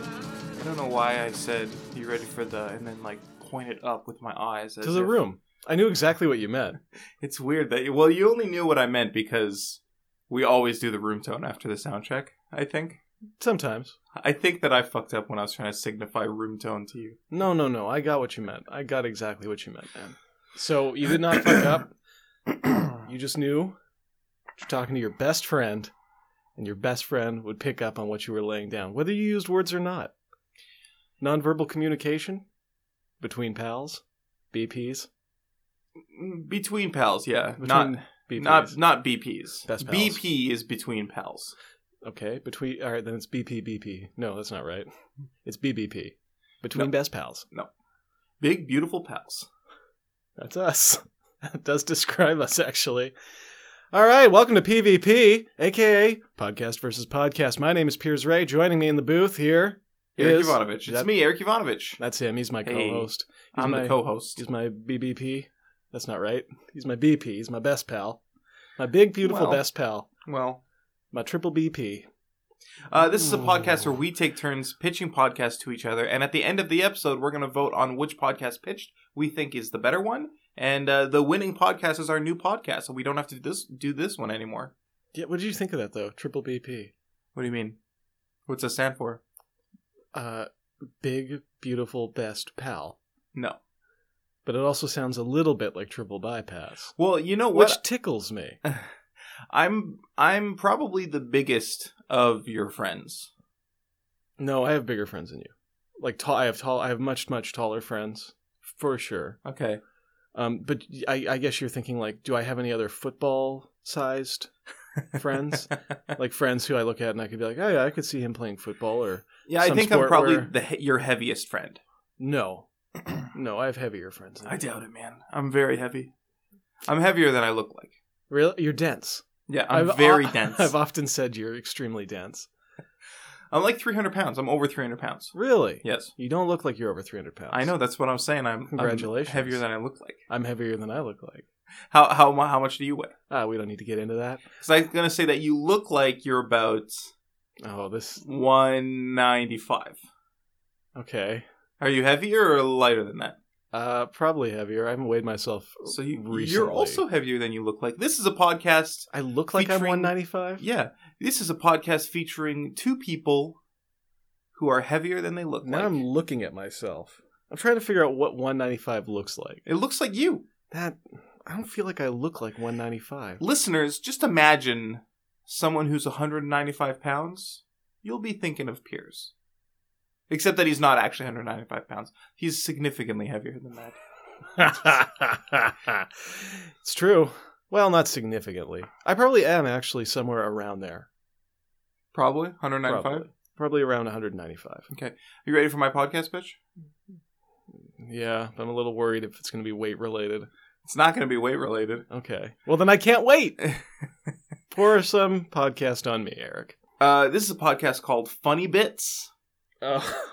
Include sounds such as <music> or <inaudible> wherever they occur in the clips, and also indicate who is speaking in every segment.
Speaker 1: I don't know why I said you ready for the and then like pointed up with my eyes as
Speaker 2: to the
Speaker 1: if-
Speaker 2: room. I knew exactly what you meant.
Speaker 1: It's weird that well you only knew what I meant because we always do the room tone after the sound check. I think
Speaker 2: Sometimes.
Speaker 1: I think that I fucked up when I was trying to signify room tone to
Speaker 2: <clears throat>
Speaker 1: you.
Speaker 2: No, no, no. I got what you meant. I got exactly what you meant, man. So you did not fuck up. You just knew you're talking to your best friend, and your best friend would pick up on what you were laying down, whether you used words or not. Nonverbal communication between pals, BPs,
Speaker 1: between pals, yeah,
Speaker 2: between
Speaker 1: not
Speaker 2: BPs.
Speaker 1: not not BPs.
Speaker 2: Best pals.
Speaker 1: BP is between pals.
Speaker 2: okay, between. All right, then it's BP BP. No, that's not right. It's BBP. Between best pals.
Speaker 1: Big beautiful pals.
Speaker 2: That's us. <laughs> That does describe us, actually. All right, welcome to PvP, aka Podcast versus Podcast. My name is Piers Ray. Joining me in the booth here
Speaker 1: Eric
Speaker 2: is-
Speaker 1: Ivanovich. It's
Speaker 2: that-
Speaker 1: me, Eric Ivanovich.
Speaker 2: That's him. He's my
Speaker 1: Hey.
Speaker 2: co-host.
Speaker 1: I'm
Speaker 2: my-
Speaker 1: the co-host.
Speaker 2: He's my BBP. That's not right. He's my BP. He's my best pal. My big, beautiful
Speaker 1: Well.
Speaker 2: best pal.
Speaker 1: Well,
Speaker 2: My triple BP.
Speaker 1: Uh, this is a podcast
Speaker 2: Ooh.
Speaker 1: where we take turns pitching podcasts to each other, and at the end of the episode, we're going to vote on which podcast pitched we think is the better one, and uh, the winning podcast is our new podcast, so we don't have to this do this one anymore.
Speaker 2: Yeah, what did you think of that though? Triple BP.
Speaker 1: What do you mean? What's that stand for?
Speaker 2: Uh, big, beautiful best pal.
Speaker 1: No.
Speaker 2: But it also sounds a little bit like triple bypass,
Speaker 1: Well, you know
Speaker 2: which
Speaker 1: what?
Speaker 2: tickles me.
Speaker 1: I'm I'm probably the biggest of your friends.
Speaker 2: No, I have bigger friends than you. Like tall, I have tall, I have much much taller friends for sure.
Speaker 1: Okay.
Speaker 2: Um, but I, I guess you're thinking like, do I have any other football sized
Speaker 1: <laughs>
Speaker 2: friends? like friends who I look at and I could be like, oh yeah, I could see him playing football. Or
Speaker 1: Yeah, I
Speaker 2: Some
Speaker 1: think I'm
Speaker 2: sport
Speaker 1: probably
Speaker 2: where-
Speaker 1: the he- your heaviest friend. <clears throat>
Speaker 2: no, no, I have heavier friends. Than
Speaker 1: I
Speaker 2: you.
Speaker 1: doubt it, man. I'm very heavy. I'm heavier than I look like.
Speaker 2: Really, you're dense.
Speaker 1: Yeah, uh, I'm
Speaker 2: I've- <laughs>
Speaker 1: very <laughs>
Speaker 2: I-
Speaker 1: dense.
Speaker 2: I've often said you're extremely dense.
Speaker 1: I'm like 300 pounds. I'm over 300 pounds.
Speaker 2: Really,
Speaker 1: Yes.
Speaker 2: you don't look like you're over 300 pounds.
Speaker 1: I know. That's what I'm saying. I'm I'm
Speaker 2: Congratulations.
Speaker 1: heavier than I look like.
Speaker 2: I'm heavier than I look like.
Speaker 1: How how mu- how much do you weigh?
Speaker 2: Ah, we don't need to get into that.
Speaker 1: Because I'm gonna say that you look like you're about
Speaker 2: Oh, this
Speaker 1: 195.
Speaker 2: okay.
Speaker 1: Are you heavier or lighter than that?
Speaker 2: Uh, probably heavier. I haven't weighed myself.
Speaker 1: So you you're
Speaker 2: recently.
Speaker 1: also heavier than you look like. This is a podcast.
Speaker 2: I look like I'm
Speaker 1: featuring-
Speaker 2: 195.
Speaker 1: Yeah, this is a podcast featuring two people who are heavier than they look
Speaker 2: Now
Speaker 1: like.
Speaker 2: I'm looking at myself. I'm trying to figure out what 195 looks like.
Speaker 1: It looks like you,
Speaker 2: That I don't feel like I look like
Speaker 1: <laughs>
Speaker 2: 195.
Speaker 1: listeners. Just imagine someone who's 195 pounds. You'll be thinking of Piers, except that he's not actually 195 pounds. He's significantly heavier than that.
Speaker 2: it's true. Well, not significantly. I probably am actually somewhere around there.
Speaker 1: Probably 195.
Speaker 2: Probably. Probably around 195.
Speaker 1: You ready for my podcast pitch?
Speaker 2: Yeah, but I'm a little worried if it's going to be weight related.
Speaker 1: It's not going to be weight related.
Speaker 2: Okay. Well, then I
Speaker 1: <laughs>
Speaker 2: can't wait. Pour some podcast on me, Eric.
Speaker 1: Uh, this is a podcast called Funny Bits.
Speaker 2: Oh,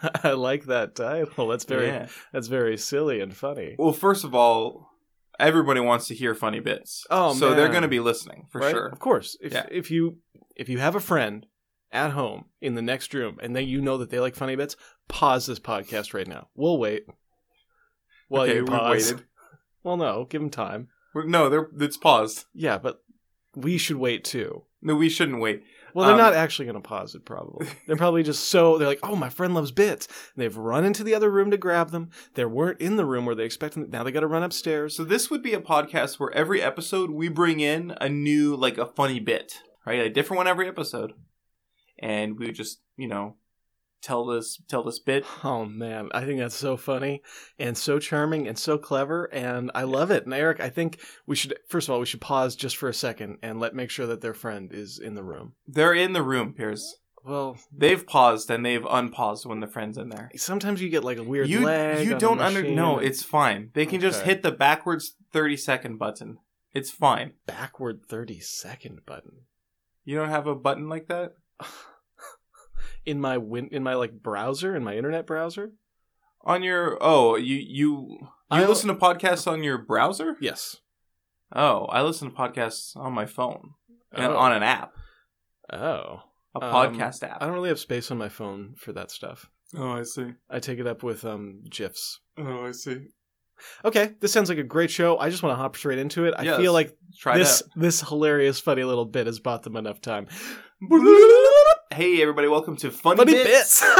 Speaker 2: <laughs> I like that title. That's very
Speaker 1: Yeah.
Speaker 2: that's very silly and funny.
Speaker 1: Well, first of all, everybody wants to hear funny bits.
Speaker 2: Oh,
Speaker 1: so they're
Speaker 2: man.
Speaker 1: going to be listening for
Speaker 2: right?
Speaker 1: sure.
Speaker 2: Of course, if
Speaker 1: Yeah.
Speaker 2: if you if you have a friend at home in the next room and then you know that they like funny bits, pause this podcast right now. We'll wait. Well,
Speaker 1: okay,
Speaker 2: you
Speaker 1: we
Speaker 2: pause.
Speaker 1: waited.
Speaker 2: Well, no, give them time.
Speaker 1: We're, no, they're it's paused.
Speaker 2: Yeah, but we should wait too.
Speaker 1: No, we shouldn't wait.
Speaker 2: Well, they're
Speaker 1: Um,
Speaker 2: not actually going to pause
Speaker 1: <laughs>
Speaker 2: it, probably. They're probably just so, they're like, oh, my friend loves bits. And they've run into the other room to grab them. They weren't in the room where they expected them. Now they got to run upstairs.
Speaker 1: So this would be a podcast where every episode we bring in a new like a funny bit, right? A different one every episode. And we would just, you know, tell this tell this bit
Speaker 2: Oh man, I think that's so funny and so charming and so clever, and I love it. And Eric, I think we should first of all we should pause just for a second and let make sure that their friend is in the room.
Speaker 1: They're in the room, Piers.
Speaker 2: Well,
Speaker 1: They've paused and they've unpaused when the friend's in there.
Speaker 2: sometimes you get like a weird
Speaker 1: You
Speaker 2: lag.
Speaker 1: you
Speaker 2: on a
Speaker 1: don't under
Speaker 2: machine
Speaker 1: no,
Speaker 2: and
Speaker 1: it's fine. They can just
Speaker 2: Okay.
Speaker 1: hit the backwards thirty second button. It's fine.
Speaker 2: backward thirty second button
Speaker 1: You don't have a button like that.
Speaker 2: in my win in my like browser in my internet browser.
Speaker 1: On your oh you you you
Speaker 2: I-
Speaker 1: listen to podcasts on your browser?
Speaker 2: Yes,
Speaker 1: Oh, I listen to podcasts on my phone and
Speaker 2: oh.
Speaker 1: on an app,
Speaker 2: oh.
Speaker 1: a
Speaker 2: Um,
Speaker 1: podcast app.
Speaker 2: I don't really have space on my phone for that stuff.
Speaker 1: Oh, I see.
Speaker 2: I take it up with um gifs.
Speaker 1: Oh, I see.
Speaker 2: Okay, this sounds like a great show. I just want to hop straight into it. I
Speaker 1: Yes.
Speaker 2: feel like
Speaker 1: Try
Speaker 2: this this hilarious, funny little bit has bought them enough time.
Speaker 1: that. hey, everybody! Welcome to Funny,
Speaker 2: Funny
Speaker 1: Bits.
Speaker 2: bits. <laughs>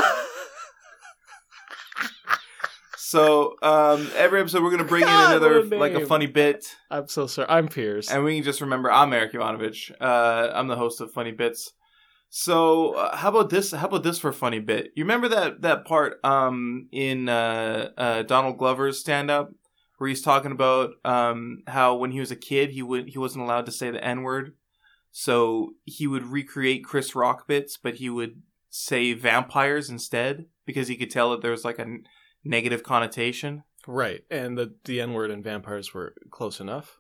Speaker 1: So, um, every episode we're gonna bring <laughs> in
Speaker 2: God,
Speaker 1: another
Speaker 2: what a
Speaker 1: like a
Speaker 2: name.
Speaker 1: funny bit,
Speaker 2: I'm so sorry. I'm Piers.
Speaker 1: and we can just remember I'm Eric Ivanovich. Uh, I'm the host of Funny Bits. So, uh, how about this? How about this for a funny bit? You remember that that part um, in uh, uh, Donald Glover's stand up where he's talking about um, how when he was a kid he would he wasn't allowed to say the N word, so he would recreate Chris Rock bits, but he would say vampires instead because he could tell that there was like a n- negative connotation.
Speaker 2: Right, and the the N word and vampires were close enough.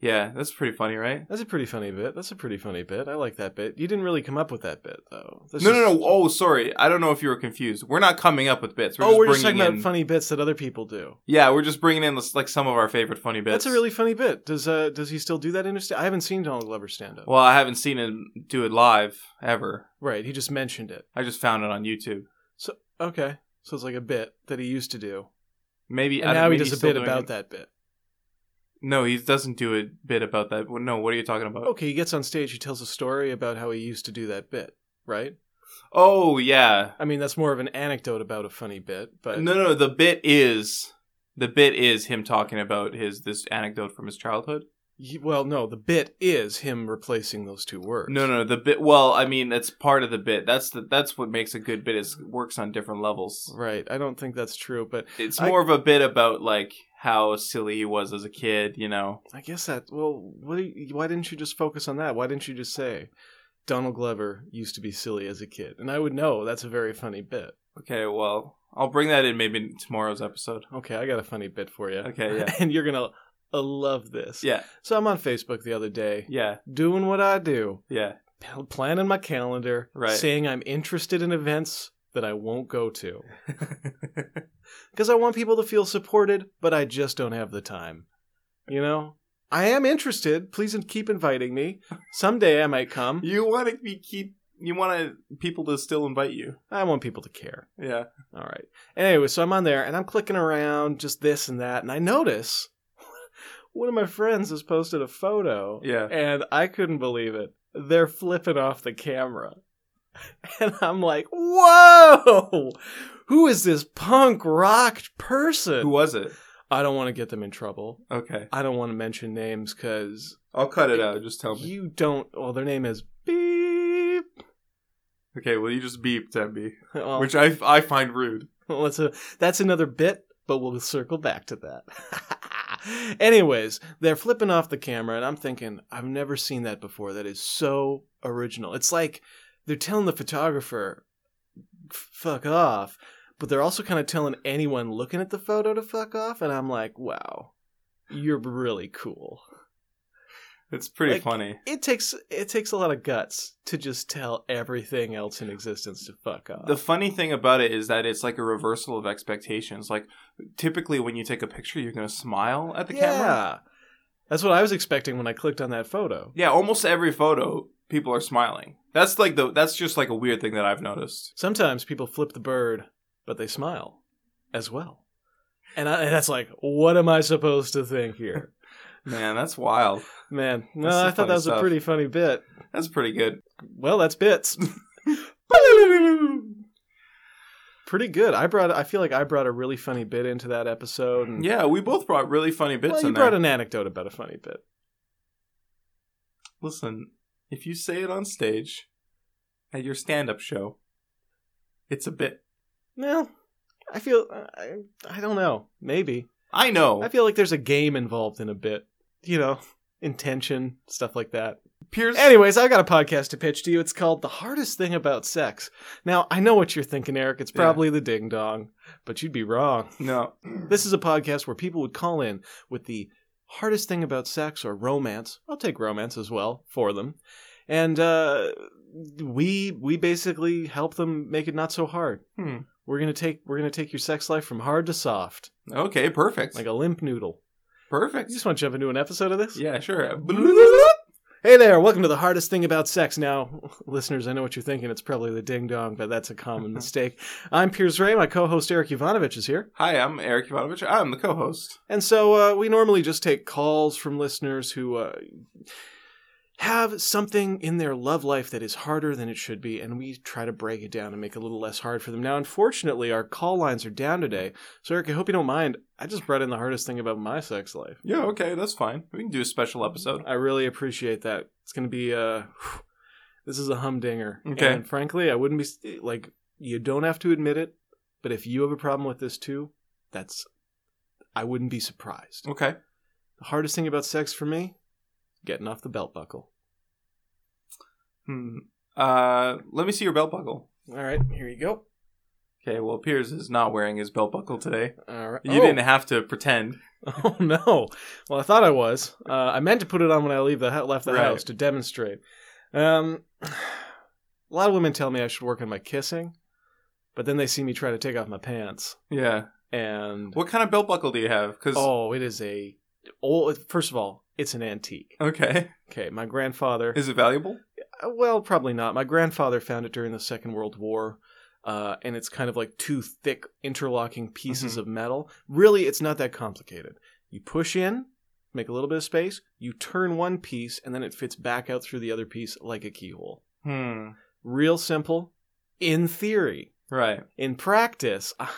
Speaker 1: Yeah, that's pretty funny, right?
Speaker 2: That's a pretty funny bit. That's a pretty funny bit. I like that bit. You didn't really come up with that bit though. This
Speaker 1: no,
Speaker 2: is-
Speaker 1: no, no. Oh, sorry. I don't know if you were confused. We're not coming up with bits. We're
Speaker 2: oh,
Speaker 1: just
Speaker 2: we're
Speaker 1: bringing
Speaker 2: just talking
Speaker 1: in,
Speaker 2: about funny bits that other people do.
Speaker 1: Yeah, we're just bringing in like some of our favorite funny bits.
Speaker 2: That's a really funny bit. Does uh does he still do that in his? sta- I haven't seen Donald Glover stand up.
Speaker 1: Well, I haven't seen him do it live ever.
Speaker 2: right, he just mentioned it.
Speaker 1: I just found it on YouTube.
Speaker 2: Okay, so it's like a bit that he used to do,
Speaker 1: Maybe
Speaker 2: and
Speaker 1: I don't-
Speaker 2: now he
Speaker 1: maybe
Speaker 2: does
Speaker 1: he's
Speaker 2: a
Speaker 1: still
Speaker 2: bit
Speaker 1: doing
Speaker 2: about
Speaker 1: it.
Speaker 2: that bit.
Speaker 1: No, he doesn't do a bit about that. Well, No, what are you talking about?
Speaker 2: Okay, he gets on stage. He tells a story about how he used to do that bit. Right.
Speaker 1: Oh, yeah.
Speaker 2: I mean, that's more of an anecdote about a funny bit, but
Speaker 1: No, no. The bit is the bit is him talking about his this anecdote from his childhood.
Speaker 2: Ye- Well, no, the bit is him replacing those two words.
Speaker 1: No, no, the bit. Well, I mean, that's part of the bit. That's the that's what makes a good bit is it works on different levels.
Speaker 2: Right. I don't think that's true, but
Speaker 1: It's
Speaker 2: I-
Speaker 1: more of a bit about like how silly he was as a kid. You know,
Speaker 2: I guess that. Well, what? do you- why didn't you just focus on that? Why didn't you just say Donald Glover used to be silly as a kid? And I would know that's a very funny bit.
Speaker 1: okay. Well, I'll bring that in maybe in tomorrow's episode.
Speaker 2: Okay, I got a funny bit for you.
Speaker 1: Okay, yeah.
Speaker 2: <laughs> and you're gonna uh, love this.
Speaker 1: Yeah,
Speaker 2: So I'm on Facebook the other day,
Speaker 1: yeah,
Speaker 2: doing what I do,
Speaker 1: yeah.
Speaker 2: pl- planning my calendar,
Speaker 1: Right.
Speaker 2: saying I'm interested in events that I won't go to because I want people to feel supported, but I just don't have the time. You know, I am interested. Please in- keep inviting me. Someday I
Speaker 1: <laughs>
Speaker 2: might come.
Speaker 1: you want to be keep. You want to, people to still invite you.
Speaker 2: I want people to care.
Speaker 1: Yeah.
Speaker 2: All right. Anyway, so I'm on there and I'm clicking around just this and that, and I notice <laughs> one of my friends has posted a photo.
Speaker 1: Yeah.
Speaker 2: And I couldn't believe it. They're flipping off the camera. <laughs> And I'm like, whoa! Who is this punk rock person?
Speaker 1: Who was it?
Speaker 2: I don't want to get them in trouble.
Speaker 1: Okay.
Speaker 2: I don't want to mention names because
Speaker 1: I'll cut it out. Just tell me.
Speaker 2: you don't. Well, their name is beep.
Speaker 1: Okay. Well, you just beeped at me,
Speaker 2: Well,
Speaker 1: which I I find rude.
Speaker 2: <laughs> well, that's a that's another bit, but we'll circle back to that. <laughs> Anyways, they're flipping off the camera, and I'm thinking, I've never seen that before. That is so original. It's like they're telling the photographer, "Fuck off," but they're also kind of telling anyone looking at the photo to fuck off. And I'm like, wow, you're really cool.
Speaker 1: It's pretty
Speaker 2: Like-
Speaker 1: funny.
Speaker 2: it takes it takes a lot of guts to just tell everything else in existence to fuck off.
Speaker 1: The funny thing about it is that it's like a reversal of expectations. Like typically when you take a picture, you're going to smile at the
Speaker 2: yeah.
Speaker 1: camera.
Speaker 2: That's what I was expecting when I clicked on that photo.
Speaker 1: Yeah, almost every photo people are smiling. That's like the that's just like a weird thing that I've noticed.
Speaker 2: Sometimes people flip the bird, but they smile as well. And, I, and that's like, what am I supposed to
Speaker 1: <laughs>
Speaker 2: think here?
Speaker 1: Man, that's wild.
Speaker 2: Man, no,
Speaker 1: That's some
Speaker 2: I thought
Speaker 1: funny
Speaker 2: that was
Speaker 1: stuff.
Speaker 2: a pretty funny bit.
Speaker 1: That's pretty
Speaker 2: <laughs>
Speaker 1: good.
Speaker 2: Well,
Speaker 1: <laughs>
Speaker 2: that's bits. pretty good. I brought I feel like I brought a really funny bit into that episode and
Speaker 1: Yeah, we both brought really funny bits
Speaker 2: well, you
Speaker 1: in
Speaker 2: brought
Speaker 1: there.
Speaker 2: an anecdote about a funny bit.
Speaker 1: Listen, if you say it on stage at your stand-up show, it's a bit.
Speaker 2: Well, I feel I, I don't know. Maybe
Speaker 1: I know.
Speaker 2: I feel like there's a game involved in a bit. You know, intention stuff like that.
Speaker 1: Pierce
Speaker 2: Anyways, I've got a podcast to pitch to you. It's called "The Hardest Thing About Sex." Now I know what you're thinking, Eric. It's
Speaker 1: Yeah.
Speaker 2: probably the ding dong, but you'd be wrong.
Speaker 1: No.
Speaker 2: This is a podcast where people would call in with the hardest thing about sex or romance. I'll take romance as well for them, and uh, we we basically help them make it not so hard.
Speaker 1: Hmm.
Speaker 2: We're gonna take we're gonna take your sex life from hard to soft,
Speaker 1: <clears throat> Okay, perfect.
Speaker 2: like a limp noodle.
Speaker 1: perfect.
Speaker 2: <laughs> You just want to jump into an episode of this?
Speaker 1: Yeah, sure.
Speaker 2: Hey, Hey there, welcome to the hardest thing about sex. Now, listeners, I know what you're thinking. It's probably the ding dong, but that's a common mistake. I'm Piers Ray. My co host Eric Ivanovich is here.
Speaker 1: Hi, I'm Eric Ivanovich. I'm the co-host.
Speaker 2: And so uh, we normally just take calls from listeners who uh, have something in their love life that is harder than it should be, and we try to break it down and make it a little less hard for them. Now, unfortunately, our call lines are down today. So, Eric, I hope you don't mind. I just brought in the hardest thing about my sex life.
Speaker 1: Yeah, okay, that's fine. We can do a special episode.
Speaker 2: I really appreciate that. It's going to be uh <sighs> this is a humdinger.
Speaker 1: Okay.
Speaker 2: And frankly, I wouldn't be eh, like you don't have to admit it, but if you have a problem with this too, that's I wouldn't be surprised.
Speaker 1: Okay.
Speaker 2: The hardest thing about sex for me, getting off the belt buckle.
Speaker 1: Hmm. Uh, let me see your belt buckle.
Speaker 2: All right, here you go.
Speaker 1: Okay, well, Piers is not wearing his belt buckle today.
Speaker 2: All right.
Speaker 1: You
Speaker 2: Oh.
Speaker 1: didn't have to pretend.
Speaker 2: Oh <laughs> no! Well, I thought I was. Uh, I meant to put it on when I leave the hou- left the
Speaker 1: Right.
Speaker 2: house to demonstrate. Um, <sighs> a lot of women tell me I should work on my kissing, but then they see me try to take off my pants,
Speaker 1: Yeah.
Speaker 2: and
Speaker 1: What kind of belt buckle do you have? Because
Speaker 2: oh, it is a old. First of all, it's an antique.
Speaker 1: okay, <laughs>
Speaker 2: Okay, my grandfather.
Speaker 1: is it valuable?
Speaker 2: Uh, Well, probably not. My grandfather found it during the Second World War, uh, and it's kind of like two thick interlocking pieces
Speaker 1: Mhm.
Speaker 2: of metal. Really, it's not that complicated. You push in, make a little bit of space, you turn one piece, and then it fits back out through the other piece like a keyhole.
Speaker 1: Hmm.
Speaker 2: Real simple, in theory.
Speaker 1: Right.
Speaker 2: In practice, <laughs> I'm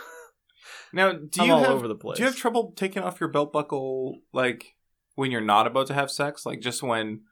Speaker 1: Now, do you
Speaker 2: all
Speaker 1: have
Speaker 2: over the place.
Speaker 1: do you have trouble taking off your belt buckle like when you're not about to have sex? Like just when,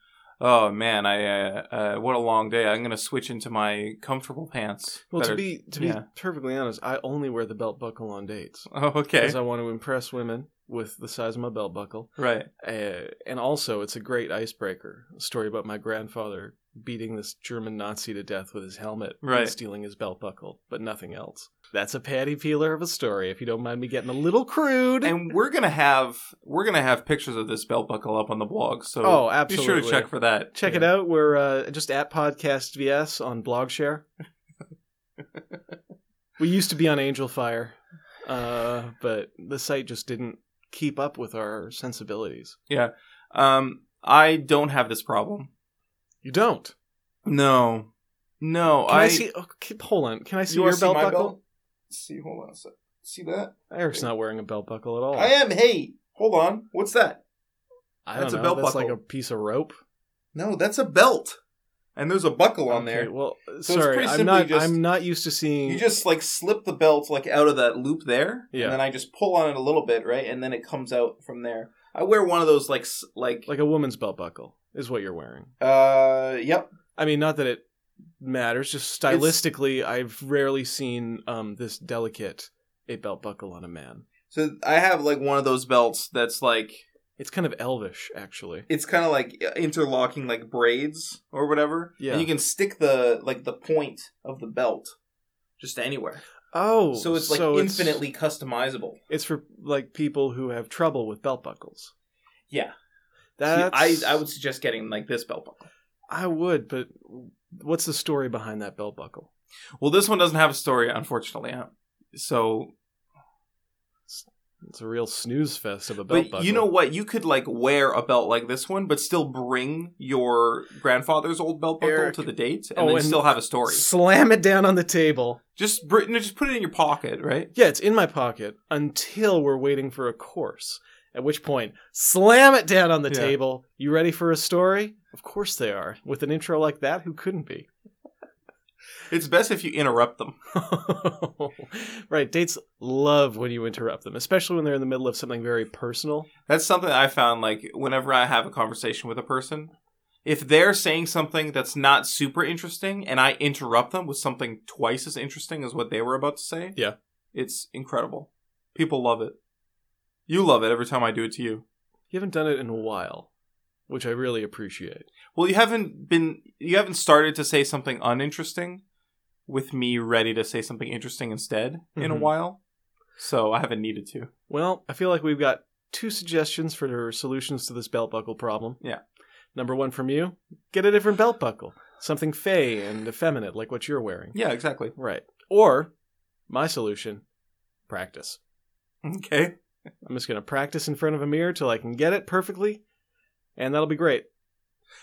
Speaker 1: oh man, I uh, uh, what a long day. I'm gonna switch into my comfortable pants.
Speaker 2: well,
Speaker 1: that
Speaker 2: to
Speaker 1: are-
Speaker 2: be to be
Speaker 1: yeah.
Speaker 2: perfectly honest, I only wear the belt buckle on dates
Speaker 1: <laughs> oh, okay,
Speaker 2: because I want to impress women with the size of my belt buckle.
Speaker 1: <laughs> right.
Speaker 2: uh, and also it's a great icebreaker a story about my grandfather beating this german nazi to death with his helmet
Speaker 1: Right.
Speaker 2: and stealing his belt buckle but nothing else that's a patty peeler of a story if you don't mind me getting a little crude
Speaker 1: And we're gonna have we're gonna have pictures of this belt buckle up on the blog. So
Speaker 2: oh
Speaker 1: be
Speaker 2: absolutely
Speaker 1: sure to check for that.
Speaker 2: check it out we're uh, just at podcast vs
Speaker 1: <laughs>
Speaker 2: on blogshare we used to be on angel fire uh, but the site just didn't keep up with our sensibilities
Speaker 1: Um, I don't have this problem.
Speaker 2: you don't
Speaker 1: No, no.
Speaker 2: Can I, see? Oh, keep, hold on. Can I see
Speaker 1: wanna
Speaker 2: your belt
Speaker 1: my
Speaker 2: buckle?
Speaker 1: belt? See, hold on a sec. See that?
Speaker 2: Eric's not wearing a belt buckle at all.
Speaker 1: I am. Hey, hold on. What's that?
Speaker 2: I don't
Speaker 1: That's a
Speaker 2: know,
Speaker 1: belt
Speaker 2: that's
Speaker 1: buckle.
Speaker 2: like a piece of rope
Speaker 1: No, that's a belt. And there's a buckle on
Speaker 2: Okay,
Speaker 1: there.
Speaker 2: Well,
Speaker 1: it's
Speaker 2: sorry,
Speaker 1: pretty
Speaker 2: I'm
Speaker 1: simply
Speaker 2: not.
Speaker 1: just-
Speaker 2: I'm not used to seeing.
Speaker 1: You just like slip the belt like out of that loop there,
Speaker 2: Yeah.
Speaker 1: and then I just pull on it a little bit, right, and then it comes out from there. I wear one of those like s- like,
Speaker 2: like a woman's belt buckle is what you're wearing.
Speaker 1: uh yep
Speaker 2: I mean, not that it matters. Just
Speaker 1: It's-
Speaker 2: stylistically, I've rarely seen um, this delicate a belt buckle on a man.
Speaker 1: so I have like one of those belts that's like
Speaker 2: It's kind of elvish, actually.
Speaker 1: it's kind of like uh, interlocking like braids or whatever.
Speaker 2: Yeah.
Speaker 1: And you can stick the like the point of the belt just anywhere.
Speaker 2: Oh,
Speaker 1: so it's like infinitely customizable.
Speaker 2: It's, for like people who have trouble with belt buckles.
Speaker 1: Yeah.
Speaker 2: That's,
Speaker 1: I I would suggest getting like this belt buckle.
Speaker 2: I would, but what's the story behind that belt buckle?
Speaker 1: Well, this one doesn't have a story, unfortunately. huh? So,
Speaker 2: It's a real snooze fest of a belt
Speaker 1: but
Speaker 2: buckle.
Speaker 1: you know what? You could like wear a belt like this one, but still bring your grandfather's old belt buckle
Speaker 2: Eric.
Speaker 1: to the date, and
Speaker 2: Oh,
Speaker 1: then
Speaker 2: and-
Speaker 1: still have a story.
Speaker 2: slam it down on the table.
Speaker 1: Just br- no, just put it in your pocket, right?
Speaker 2: Yeah, it's in my pocket until we're waiting for a course. At which point, slam it down on the
Speaker 1: Yeah.
Speaker 2: table. You ready for a story? Of course they are. With an intro like that, who couldn't be? <laughs>
Speaker 1: It's best if you interrupt them.
Speaker 2: right, dates love when you interrupt them, especially when they're in the middle of something very personal.
Speaker 1: That's something I found. Like whenever I have a conversation with a person, if they're saying something that's not super interesting, and I interrupt them with something twice as interesting as what they were about to say,
Speaker 2: Yeah.
Speaker 1: it's incredible. People love it. You love it every time I do it to you.
Speaker 2: You haven't done it in a while, which I really appreciate.
Speaker 1: Well, you haven't been you haven't started to say something uninteresting with me ready to say something interesting instead in a
Speaker 2: Mhm.
Speaker 1: while. So I haven't needed to.
Speaker 2: Well, I feel like we've got two suggestions for solutions to this belt buckle problem.
Speaker 1: Yeah.
Speaker 2: Number one from you get a different belt buckle, something fey and effeminate like what you're wearing.
Speaker 1: Yeah, exactly.
Speaker 2: Right. Or my solution practice.
Speaker 1: Okay.
Speaker 2: I'm just going to practice in front of a mirror till I can get it perfectly, and that'll be great.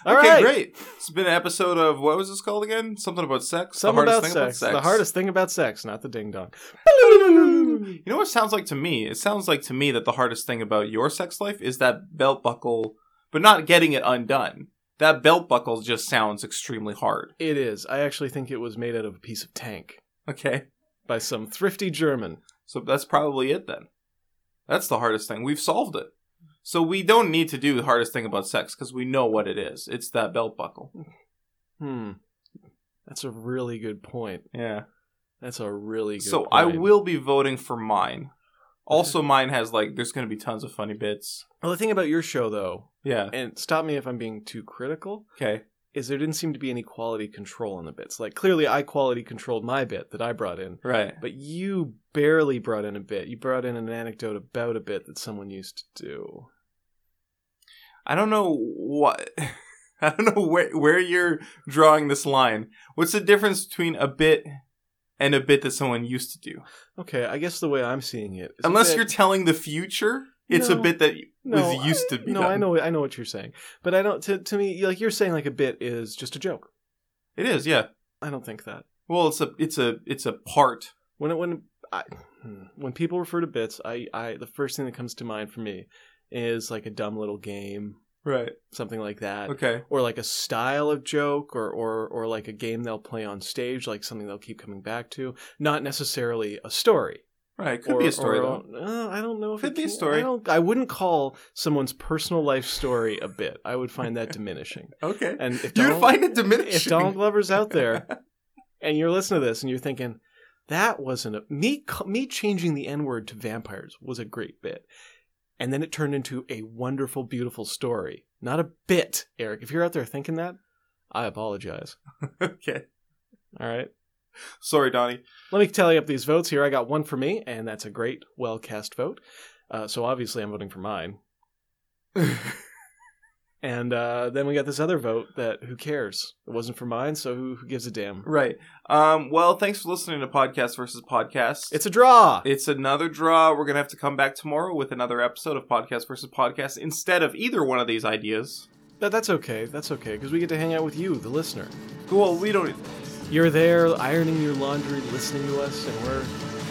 Speaker 2: All
Speaker 1: okay,
Speaker 2: right.
Speaker 1: great. It's been an episode of what was this called again? Something about sex. The
Speaker 2: Something
Speaker 1: hardest
Speaker 2: about
Speaker 1: thing
Speaker 2: sex. The hardest thing about sex, not the
Speaker 1: <laughs>
Speaker 2: ding dong.
Speaker 1: You know what it sounds like to me? It sounds like to me that the hardest thing about your sex life is that belt buckle, but not getting it undone. That belt buckle just sounds extremely hard.
Speaker 2: It is. I actually think it was made out of a piece of tank
Speaker 1: Okay.
Speaker 2: by some thrifty German.
Speaker 1: So that's probably it then. That's the hardest thing. We've solved it. So we don't need to do the hardest thing about sex because we know what it is. It's that belt buckle.
Speaker 2: Hmm. That's a really good point.
Speaker 1: Yeah.
Speaker 2: That's a really good
Speaker 1: So
Speaker 2: point.
Speaker 1: I will be voting for mine. Also, mine has like there's going to be tons of funny bits.
Speaker 2: Well, the thing about your show, though,
Speaker 1: Yeah.
Speaker 2: and stop me if I'm being too critical,
Speaker 1: Okay.
Speaker 2: is there didn't seem to be any quality control on the bits. Like, clearly, I quality controlled my bit that I brought in,
Speaker 1: Right.
Speaker 2: but you barely brought in a bit. You brought in an anecdote about a bit that someone used to do.
Speaker 1: I don't know what. <laughs> I don't know where where you're drawing this line. What's the difference between a bit and a bit that someone used to do?
Speaker 2: Okay, I guess the way I'm seeing it, is a
Speaker 1: Unless
Speaker 2: bit-
Speaker 1: you're telling the future, it's a
Speaker 2: No.
Speaker 1: bit that
Speaker 2: no,
Speaker 1: was used to be
Speaker 2: No,
Speaker 1: done.
Speaker 2: I know, I know what you're saying, but I don't. To, to me, like you're saying, like a bit is just a joke.
Speaker 1: it is. Yeah.
Speaker 2: I don't think that
Speaker 1: Well, it's a it's a it's a part.
Speaker 2: when it, when I, hmm, when people refer to bits, I, I the first thing that comes to mind for me is like a dumb little game,
Speaker 1: Right.
Speaker 2: something like that,
Speaker 1: Okay.
Speaker 2: or like a style of joke, or or or like a game they'll play on stage, like something they'll keep coming back to. Not necessarily a story.
Speaker 1: Right. Could
Speaker 2: or-
Speaker 1: be a story
Speaker 2: or-
Speaker 1: though.
Speaker 2: uh, I don't know if
Speaker 1: Could
Speaker 2: it
Speaker 1: be a
Speaker 2: can-
Speaker 1: story.
Speaker 2: I, don't, I wouldn't call someone's personal life story a bit. I would find that diminishing.
Speaker 1: Okay.
Speaker 2: And if
Speaker 1: You'd
Speaker 2: Donald-
Speaker 1: find it <laughs>
Speaker 2: if
Speaker 1: diminishing.
Speaker 2: Donald Glover's out there and you're listening to this and you're thinking that wasn't a me c- me changing the n word to vampires was a great bit, and then it turned into a wonderful, beautiful story. Not a bit, Eric. If you're out there thinking that, I apologize.
Speaker 1: okay.
Speaker 2: All right,
Speaker 1: Sorry, Donnie.
Speaker 2: let me tally up these votes here. I got one for me, and that's a great, well cast vote. Uh, so obviously, I'm voting for mine. And uh, then we got this other vote that who cares? It wasn't for mine, so who, who gives a damn?
Speaker 1: Right. Um, well, thanks for listening to Podcast versus Podcast.
Speaker 2: It's a draw.
Speaker 1: it's another draw. We're gonna have to come back tomorrow with another episode of Podcast versus Podcast instead of either one of these ideas.
Speaker 2: That, that's okay. That's okay because we get to hang out with you, the listener.
Speaker 1: Well, we don't
Speaker 2: You're there ironing your laundry, listening to us, and we're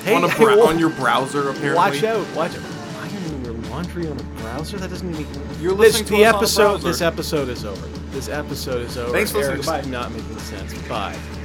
Speaker 2: hey,
Speaker 1: on a br- on your browser apparently.
Speaker 2: watch out, watch out. Ironing your laundry on a browser? That doesn't even.
Speaker 1: You're
Speaker 2: This,
Speaker 1: listening to
Speaker 2: the
Speaker 1: us on a
Speaker 2: episode.
Speaker 1: browser.
Speaker 2: This episode is over. This episode is over.
Speaker 1: Thanks for listening.
Speaker 2: Eric's
Speaker 1: Bye.
Speaker 2: Not making sense. Bye.